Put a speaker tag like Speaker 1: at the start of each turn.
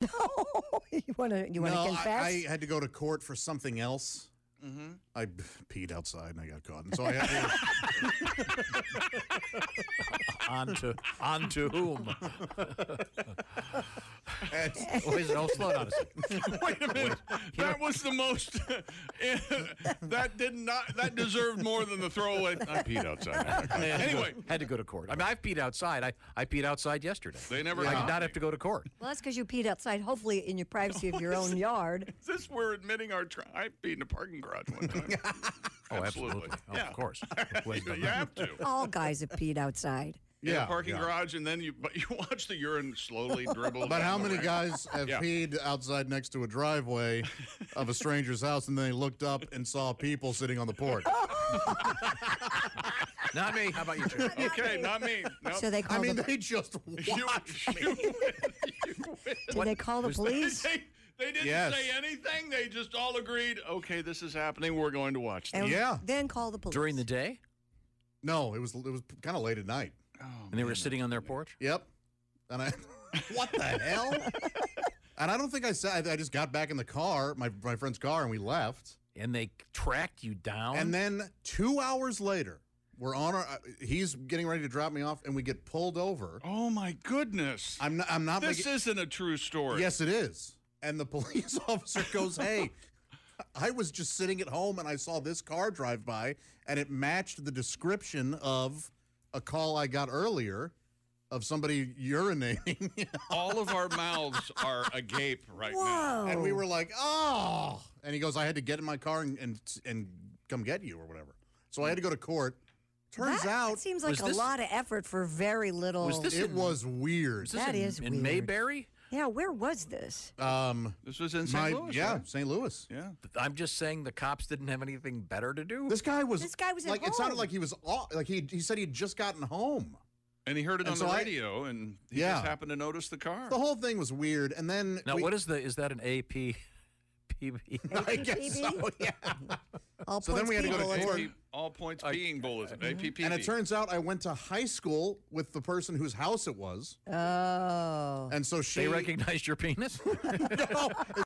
Speaker 1: you want to you want to
Speaker 2: no,
Speaker 1: confess?
Speaker 2: I, I had to go to court for something else. I b- peed outside and I got caught, and so I had to.
Speaker 3: on to on to whom?
Speaker 2: and-
Speaker 3: Wait, no, slow down a second.
Speaker 4: Wait a minute. That was the most. that did not. That deserved more than the throwaway. I peed outside. anyway,
Speaker 3: had to go to court. I mean, I've peed outside. I, I peed outside yesterday.
Speaker 4: They never
Speaker 3: I
Speaker 4: caught
Speaker 3: did not
Speaker 4: me.
Speaker 3: have to go to court.
Speaker 1: well, that's because you peed outside, hopefully in your privacy of your own yard.
Speaker 4: is this we're admitting our. Tri- I peed in a parking garage one time.
Speaker 3: Oh, absolutely. Oh,
Speaker 4: yeah.
Speaker 3: Of course. Wait,
Speaker 4: You have to.
Speaker 1: All guys have peed outside.
Speaker 4: yeah,
Speaker 2: Yeah,
Speaker 4: parking
Speaker 2: yeah.
Speaker 4: garage, and then you but you watch the urine slowly dribble.
Speaker 2: but
Speaker 4: down
Speaker 2: how
Speaker 4: the
Speaker 2: many
Speaker 4: ramp.
Speaker 2: guys have
Speaker 4: Yeah.
Speaker 2: peed outside next to a driveway of a stranger's house, and then they looked up and saw people sitting on the porch?
Speaker 3: Not me. How about you, Jim?
Speaker 4: Okay, not me. Nope.
Speaker 1: So they
Speaker 2: I
Speaker 1: call
Speaker 2: mean,
Speaker 1: the,
Speaker 2: they just
Speaker 4: You-
Speaker 2: watch.
Speaker 4: you win.
Speaker 1: did they call the police?
Speaker 4: They, they didn't
Speaker 2: Yes.
Speaker 4: say anything. They just all agreed. Okay, this is happening. We're going to watch. This.
Speaker 1: And
Speaker 2: Yeah.
Speaker 1: Then call the police.
Speaker 3: During the day?
Speaker 2: No, it was it was kind of late at night.
Speaker 3: And they were sitting on their porch?
Speaker 2: Yep. And I, what the hell? And I don't think I said. I, I just got back in the car, my my friend's car, and we left.
Speaker 3: And they tracked you down?
Speaker 2: And then two hours later, we're on our. uh, He's getting ready to drop me off, and we get pulled over.
Speaker 4: Oh my goodness!
Speaker 2: I'm not. I'm not.
Speaker 4: this
Speaker 2: making-
Speaker 4: isn't a true story.
Speaker 2: yes, it is. And the police officer goes, "Hey." I was just sitting at home and I saw this car drive by and it matched the description of a call I got earlier of somebody urinating
Speaker 4: all of our mouths are agape right
Speaker 1: Whoa.
Speaker 4: now.
Speaker 2: And we were like, oh. And he goes, I had to get in my car and and, and come get you or whatever. So I had to go to court. Turns
Speaker 1: that
Speaker 2: out
Speaker 1: seems like
Speaker 3: was
Speaker 1: a
Speaker 3: this-
Speaker 1: lot of effort for very little.
Speaker 3: Was this-
Speaker 2: it was weird.
Speaker 3: This
Speaker 1: that
Speaker 3: in,
Speaker 1: is
Speaker 3: in
Speaker 1: weird.
Speaker 3: Mayberry?
Speaker 1: yeah, where was this?
Speaker 4: This was in St.
Speaker 2: Um, My-
Speaker 4: Louis.
Speaker 2: yeah,
Speaker 4: right?
Speaker 2: St. Louis.
Speaker 4: yeah.
Speaker 3: I'm just saying the cops didn't have anything better to do.
Speaker 2: This guy was.
Speaker 1: This guy was at
Speaker 2: like. It sounded
Speaker 1: home.
Speaker 2: like he was aw- like he he said he had just gotten home.
Speaker 4: And he heard it
Speaker 2: And
Speaker 4: on
Speaker 2: so
Speaker 4: the
Speaker 2: I-
Speaker 4: radio, and he
Speaker 2: Yeah.
Speaker 4: just happened to notice the car.
Speaker 2: The whole thing was weird. And then
Speaker 3: now,
Speaker 2: we-
Speaker 3: what is the, is that an AP? PB?
Speaker 2: I guess so. Yeah.
Speaker 1: All
Speaker 2: So then
Speaker 1: points
Speaker 2: we had to go to
Speaker 1: people
Speaker 4: AP
Speaker 1: at-
Speaker 2: court.
Speaker 4: all points being bulletin. APP.
Speaker 2: And it turns out I went to high school with the person whose house it was. Oh. And so she
Speaker 3: They recognized your penis?
Speaker 2: No,